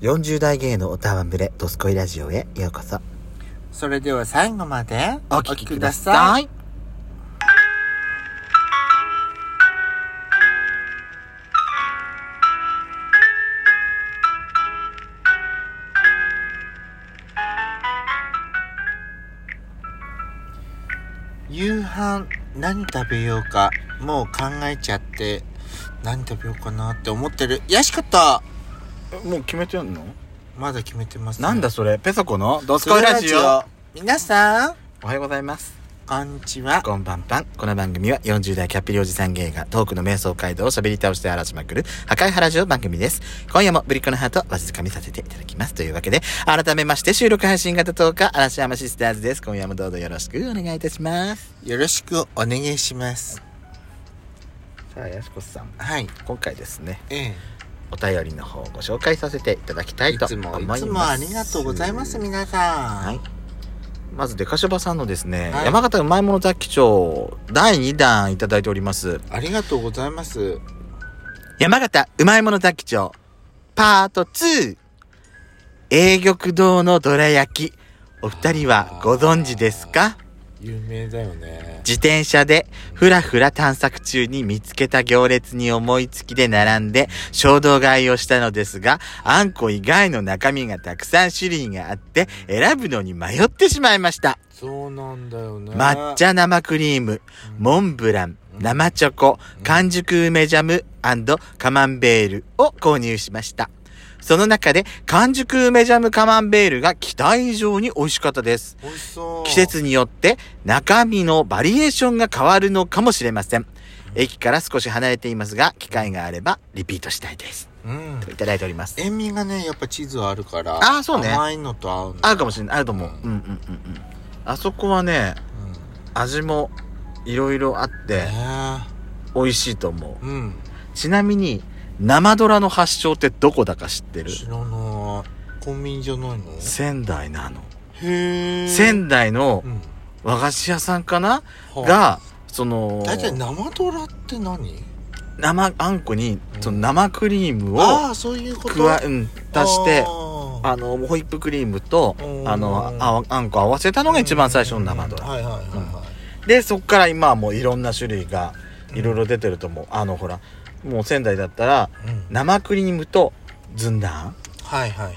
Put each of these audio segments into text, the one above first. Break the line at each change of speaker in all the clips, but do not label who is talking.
40代芸のおたわむれ、ドスコイラジオへようこそ。
それでは最後までお聞きください。
い。
夕飯何食べようか、もう考えちゃって、何食べようかなって思ってる。よしこと
もう決めてんの
まだ決めてます、
なんだ
そ
それペソコのドス
こ
コイ
ラ
ラ
ジ
ジ
オ
オ。
皆さん、
おはようございます。
こんにちは。
こんばんぱん。この番組は40代キャッピリおじさん芸がトークの瞑想街道を喋り倒して荒らしまくる破壊原城番組です。今夜もブリッコのハートをわしづかみさせていただきます。というわけで、改めまして収録配信型10日、嵐山シスターズです。今夜もどうぞよろしくお願いいたします。
よろしくお願いします。
さあ、やしこさん。
はい。
今回ですね、
え
お便りの方をご紹介させていただきた
え。
い
い
と
つ
思いま
も、
す。
いつもありがとうございます、皆さん。
はい。まず、デカショバさんのですね、
はい
山形うまいもの雑記帳、第2弾いただいております。
ありがとうございます。
山形うまいもの雑記帳、パート 2! 永玉堂のどら焼き、お二人はご存知ですか
有名だよね。
自転車でふらふら探索中に見つけた行列に思いつきで並んで衝動買いをしたのですが、あんこ以外の中身がたくさん種類があって選ぶのに迷ってしまいました。
そうなんだよね。
抹茶生クリーム、モンブラン、生チョコ、完熟梅ジャムカマンベールを購入しました。その中で完熟梅ジャムカマンベールが期待以上に美味しかったです。
美味しそう。
季節によって中身のバリエーションが変わるのかもしれません。駅から少し離れていますが、機会があればリピートしたいです。
うん
といただいております。
塩味がねやっぱチーズはあるから
あーそうね
甘いのと合うの
合うかもしれない。合うと思う。うんうんうんうん。あそこはね、
うんね
味もいろいろあって美味しいと思
えうん
う。ちなみに、生ドラの発祥ってどこだか知ってる
知らないコンビニじゃないの
仙台なの。
へえ
仙台の
うん
和菓子屋さんかな
はあ
が、その、
大体生ドラって何
生あんこにその生クリームを、
ああそういうこと
加え、うん、足して、
あ
あの、ホイップクリームと
う、ん
あの、ああんこ合わせた
ー
のが一番最初の生ド
うん
ラ。
はいはいはいは
で、そっから今はもういろんな種類が、いろいろ出てると思う。あの、ほら、もう仙台だったら、
いうん
生クリームとずんだ
はいはいはい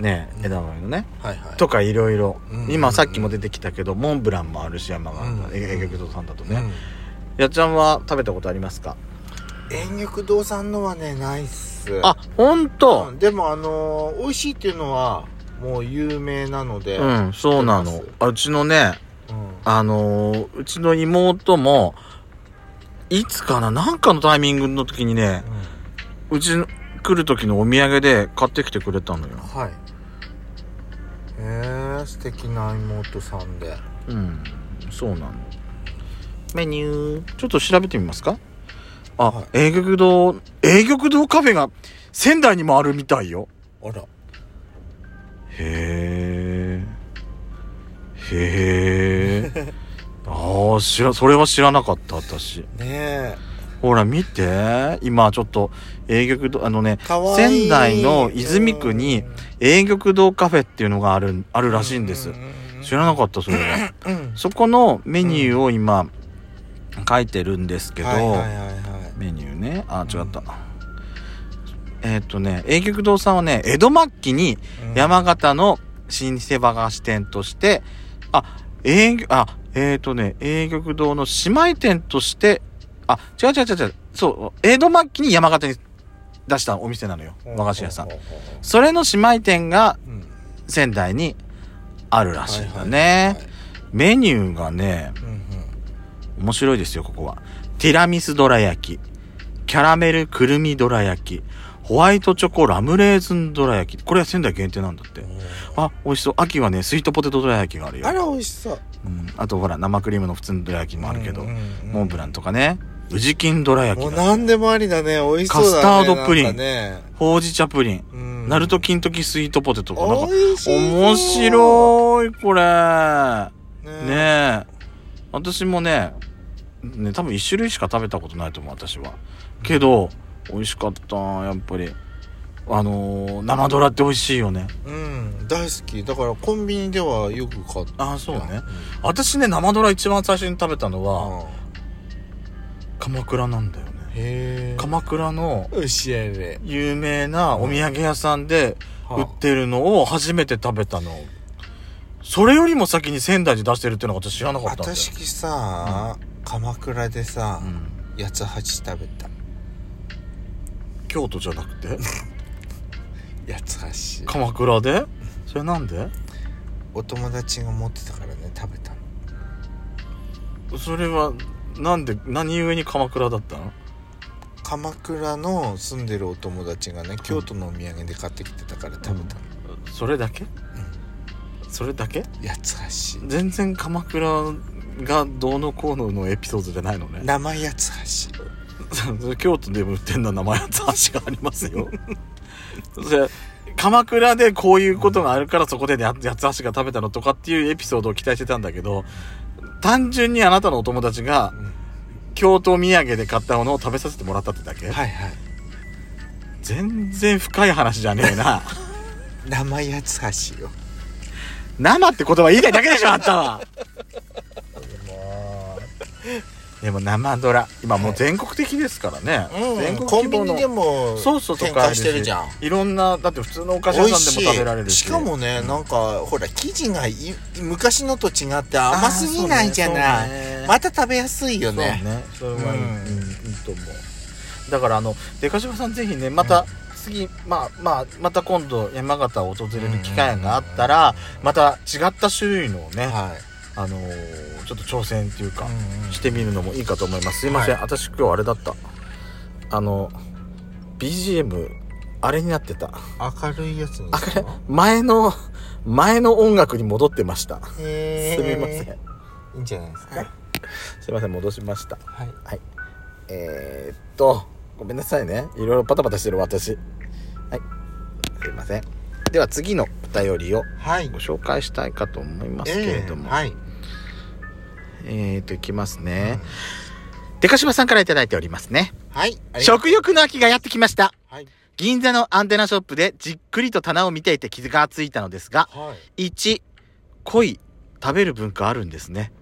んね
う、ん
枝豆のね。
はいはい
とかいろいろ
う。ん
今さっきも出てきたけど、モンブランもあるし、山
う
が、
ん
ええげく堂さんだと
う
ね
ん。
やっちゃんは食べたことありますか
遠玉堂さんのはねないっす
あ、ほん
う
と
んでもあのー美味しいっていうのはもう有名なので
うん、そうな
知っ
の
て。
あうちのね、
ます
あのーうちの妹も、いつかななんかのタイミングの時にね、
うんうん
うちの来る時のお土産で買ってきてくれたのよ。
はい。えー、素敵な妹さんで。
うん、そうなの。メニュー、ちょっと調べてみますかあ、
はい
永玉堂、永玉堂カフェが仙台にもあるみたいよ。
あら。
へえ。へえ。ああ、知ら、それは知らなかった、私。
ねえ。
ほら見て今ちょっと永玉堂あのね
かわいい。
仙台の泉区に永玉堂カフェっていうのがあるあるらしいんです知らなかったそれは
た。うん。
そこのメニューを今書いてるんですけど、
はいはいはいはい。
メニューねあ違った、
う
えーっとね永玉堂さんはね江戸末期に
うん、
山形の老舗和菓子店としてあ永玉あえーっとね永玉堂の姉妹店としてあ違う違う違う違うそう江戸末期に山形に出したお店なのよ和菓子屋さん
ほうほうほうほ
それの姉妹店が
う。うん。
仙台にあるらしいんだね、
はいはいはい
メニューがね
うんうん
面白いですよここはティラミスどら焼きキャラメルくるみどら焼きホワイトチョコラムレーズンどら焼きこれは仙台限定なんだってあ美味しそう秋はねスイートポテトどら焼きがあるよ
あら、美味しそう。
うん、あとほら生クリームの普通のどら焼きもあるけど、
うんうんうん
モンブランとかね宇治金どら焼
もう
きだ
何でもありだね。美味しそうだね。
カスタードプリン
なんかね。
ほうじ茶プリン、
うん
ナルト金時スイートポテトとなんか
美味しそう
面白いこれ
い
ねえ私もねね多分1種類しか食べたことないと思う私はけど美味しかったやっぱりあのー生ドラって美味しいよね
うん大好きだからコンビニではよく買って
ああそうね私ね生ドラ一番最初に食べたのは、
あ
鎌倉なんだよね
へえ
鎌倉の
おしゃれ
有名なお土産屋さんで
はあ
売ってるのを初めて食べたのそれよりも先に仙台で出してるっていうのが私知らなかったんだよ、
私さ、鎌倉でさ、
うん、
八つ橋食べた
京都じゃなくて
八つ橋
鎌倉でそれなんで
お友達が持ってたからね食べたの
それはなんで何故に鎌倉だったの
鎌倉の住んでるお友達がね京都のお土産で買ってきてたから食べたの、
それだけそれだけ
八つ橋
全然鎌倉がどうのこうののエピソードじゃないのね
生八つ橋
それ京都でも売ってんのは名前の話がありますよそれ鎌倉でこういうことがあるからそこでね八つ橋が食べたのとかっていうエピソードを期待してたんだけど単純にあなたのお友達が京都土産で買ったものを食べさせてもらったってだけ、
はいはい
全然深い話じゃねえな
生八つ橋よ
生って言葉言いたいだけでしょあんた はでも生ドラ今もう全国的ですからね、全
う
国
んコ
規
ンビ
模
ニ
の
でも
そうそうと
展
かあ
開
る
してるじゃん
いろんなだって普通のお菓子
美
屋
味
さん
し
で
い
も食べられるし
しかもねなんかほら生地がい昔のと違って甘すぎないじゃない、
あーそうねそうね
また食べやすいよ
そうね
ね
それはいい,、
うん
うんいいと思うだからあのデカシバさんぜひねまた次、まあまあまた今度山形を訪れる機会があったら、また違った種類のね、
はい、
あのーちょっと挑戦っていうか、
うんうん
してみるのもいいかと思いますすいません、
はい
私今日あれだったあの BGM あれになってた
明るいやつに
あれ 前の前の音楽に戻ってました
へ
すみません
いいんじゃないですか
すいません戻しました
はい
はいえー、っとごめんなさいねいろいろパタパタしてる私はいすいませんでは次のお便りを
はい
ご紹介したいかと思いますけれども、
えーはい
えー、っといきますね、でかしばさんからいただいておりますね
はいありがとう
食欲の秋がやってきました
はい
銀座のアンテナショップでじっくりと棚を見ていて傷がついたのですが
はい
1恋食べる文化あるんですね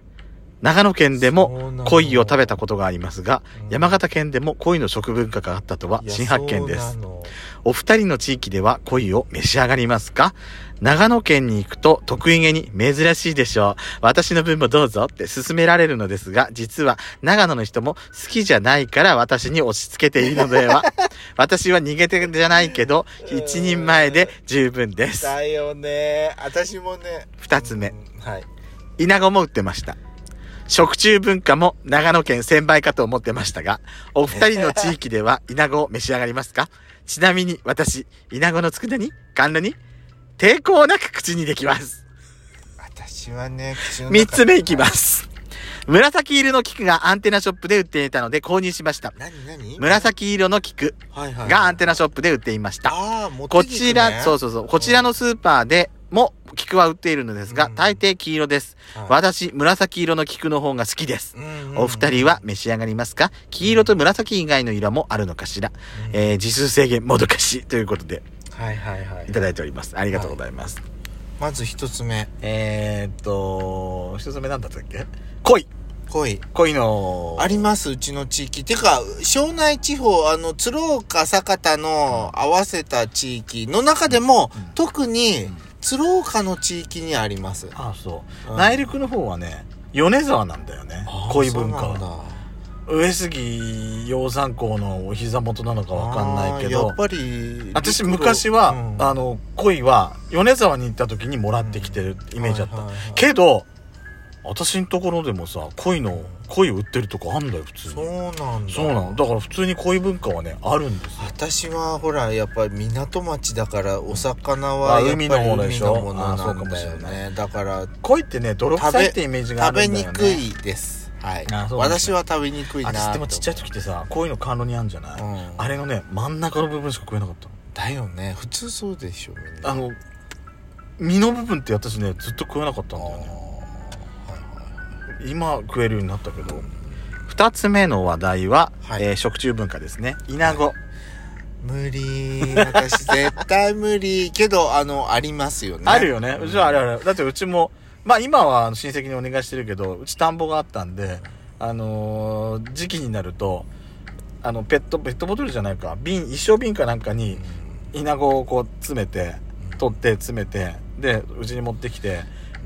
長野県でも
そうなの
鯉を食べたことがありますが
うん
山形県でも鯉の食文化があったとはい
や
新発見で
そう
す
なの
お二人の地域では鯉を召し上がりますか長野県に行くと得意げに珍しいでしょう私の分もどうぞって勧められるのですが実は長野の人も好きじゃないから私に押し付けているので は私は逃げ手じゃないけど一人前で十分です
だよね私もね
二つ目
うんはい
イナゴも売ってました。食中文化も長野県先輩かと思ってましたが、お二人の地域ではイナゴを召し上がりますかちなみに私、イナゴの佃煮甘露煮抵抗なく口にできます。
私はね口の中
三つ目いきます。紫色の菊がアンテナショップで売っていたので購入しました。
何何
紫色の菊
はいはい
がアンテ
ナ
ナショップで売っていました。
ああも
こちら、そう
そ
そうそう、こちらのスーパーでも菊は売っているのですが
う、ん
大抵黄色です。私、紫色の菊の方が好きです。お二人は召し上がりますか黄色と紫以外の色もあるのかしら、えー、自数制限もどかしということで
はいはいはい
いただいております。ありがとうございます。
まず一つ目
えー、っと、一つ目なんだったっけ恋
恋
恋の、
ありますうちの地域てか庄内地方あの鶴岡酒田の合わせた地域の中でも、
うん
特に
うん
鶴岡の地域にあります、
あそう、
うん
内陸の方はね、米沢なんだよね。恋文化
そう
は。
なんだ
上杉養蚕港のお膝元なのかわかんないけ
あー
ど
やっ、ぱり
私昔は、
うん
あの、恋は米沢に行った時にもらってきてるイメージだった。
はいはいはい
けど私のところでもさ鯉の鯉売ってるとこあんだよ普通に
そうなんだ
そうなのだから普通に鯉文化はねあるんですよ
私はほらやっぱり港町だからお魚
あ
はやっぱり
海のもので
海
し
の
ょ
もの
あそ
な
うか
ん
もしれ
だよ
な
ねだから
鯉ってね泥臭い
食べ
ってイメージがあ
食べ
るんだ
に
よね
くいですはい
あそうなんだ
私は食べにくいな
私でもちっちゃい時ってさ鯉の甘露にあんじゃない、
うん
あれのね真ん中の部分しか食えなかった
だよね普通そうでしょみんな
のあの身の部分って私ねずっと食えなかったんだよね今食えるようになったけど2つ目の話題は、
はい
えー食中文化ですねイナゴ、
無理。私絶対無理。けど、あの、ありますよね。
あるよね。
ん
うちはあるある。だってうちも、まあ今はあの親戚にお願いしてるけど、うち田んぼがあったんで、あのー時期になると、あの、ペット、ペットボトルじゃないか、瓶、一生瓶かなんかに、イナゴをこう詰めて、取って詰めて、で、うちに持ってきて、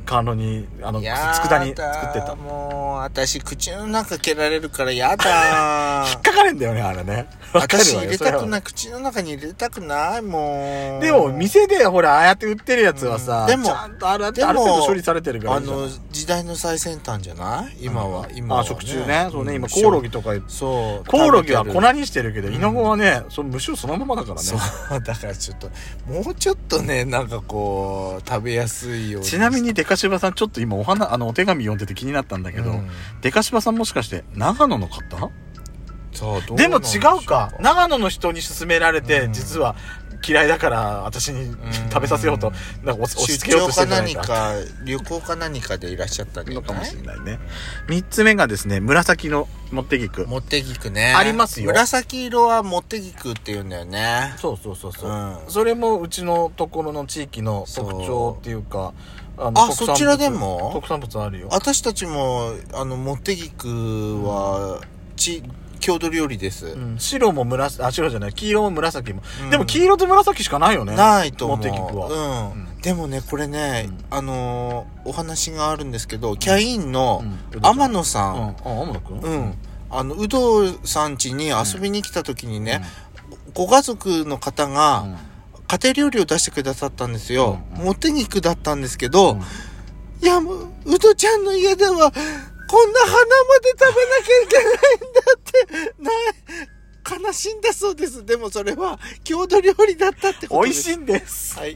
甘露に、あの、つ
やだ
つくだに作ってた。引っ
もう、私、口の中蹴られるからやだ
かかれんだよね、あれね。 わかる
私
わ
入
よ
れ
それ
た
は
くない。口の中に入れたくない、もう。
でも、店で、ほら、ああやって売ってるやつはさ、
うんでも
ちゃんとあるある
でも
ある程度処理されてるからい
あ
いじゃん
の、時代の最先端じゃない今は、今は、
あ、食中ね。そうね、今、コオロギ。とか言って
そう。
コオロギは粉にしてるけど、
うん
イナゴはね、その虫をそのままだからね
そ。う、だからちょっと、もうちょっとね、なんかこう、食べやすいよう
ちなみにデカシバさん、ちょっと今お花、あの、お手紙読んでて気になったんだけど、
うん
デカシバさんもしかして、長野の方
そうどう
でも
なんし
違
ょか
うか。長野の人に勧められて、
うん
実は嫌いだから、私に
ん
食べさせようと、なんか押し押し付けようとして
か
るんじゃない
何
か。
か旅行か何かでいらっしゃったんじゃ
のか
な
も
い
しれないね。三つ目がですね、紫の持ってぎく。
持ってぎくね
ありますよ
紫色は持ってぎくっていうんだよね
そうそうそう
う。ん
それもうちのところの地域の特徴っていうか、あ
あ
特産物
そちらでも
特産物あるよ。
私たちもあの持ってぎくはち郷土料理です、
うん白も紫、あ、白じゃない、黄色も紫も。
うん
でも黄色と紫しかないよね。
ないと思う
持ってぎくは。
うん
うん
でもねこれね、
うん
あのーお話があるんですけどキャインの
うん
天野さ、
うんん。あ、天野くん
うん。あの有働さん家に遊びに来た時にね、ご家族の方
う
が、
ん。
家庭料理を出してくださったんですよ。
うんうん
持って肉だったんですけ
う
ど
ん、
いや、もう、うどちゃんの家では、こんな花まで食べなきゃいけないんだって、ない、悲しいんだそうです。でもそれは、郷土料理だったってこ
美
とで
味
す。
しいんです。
はい。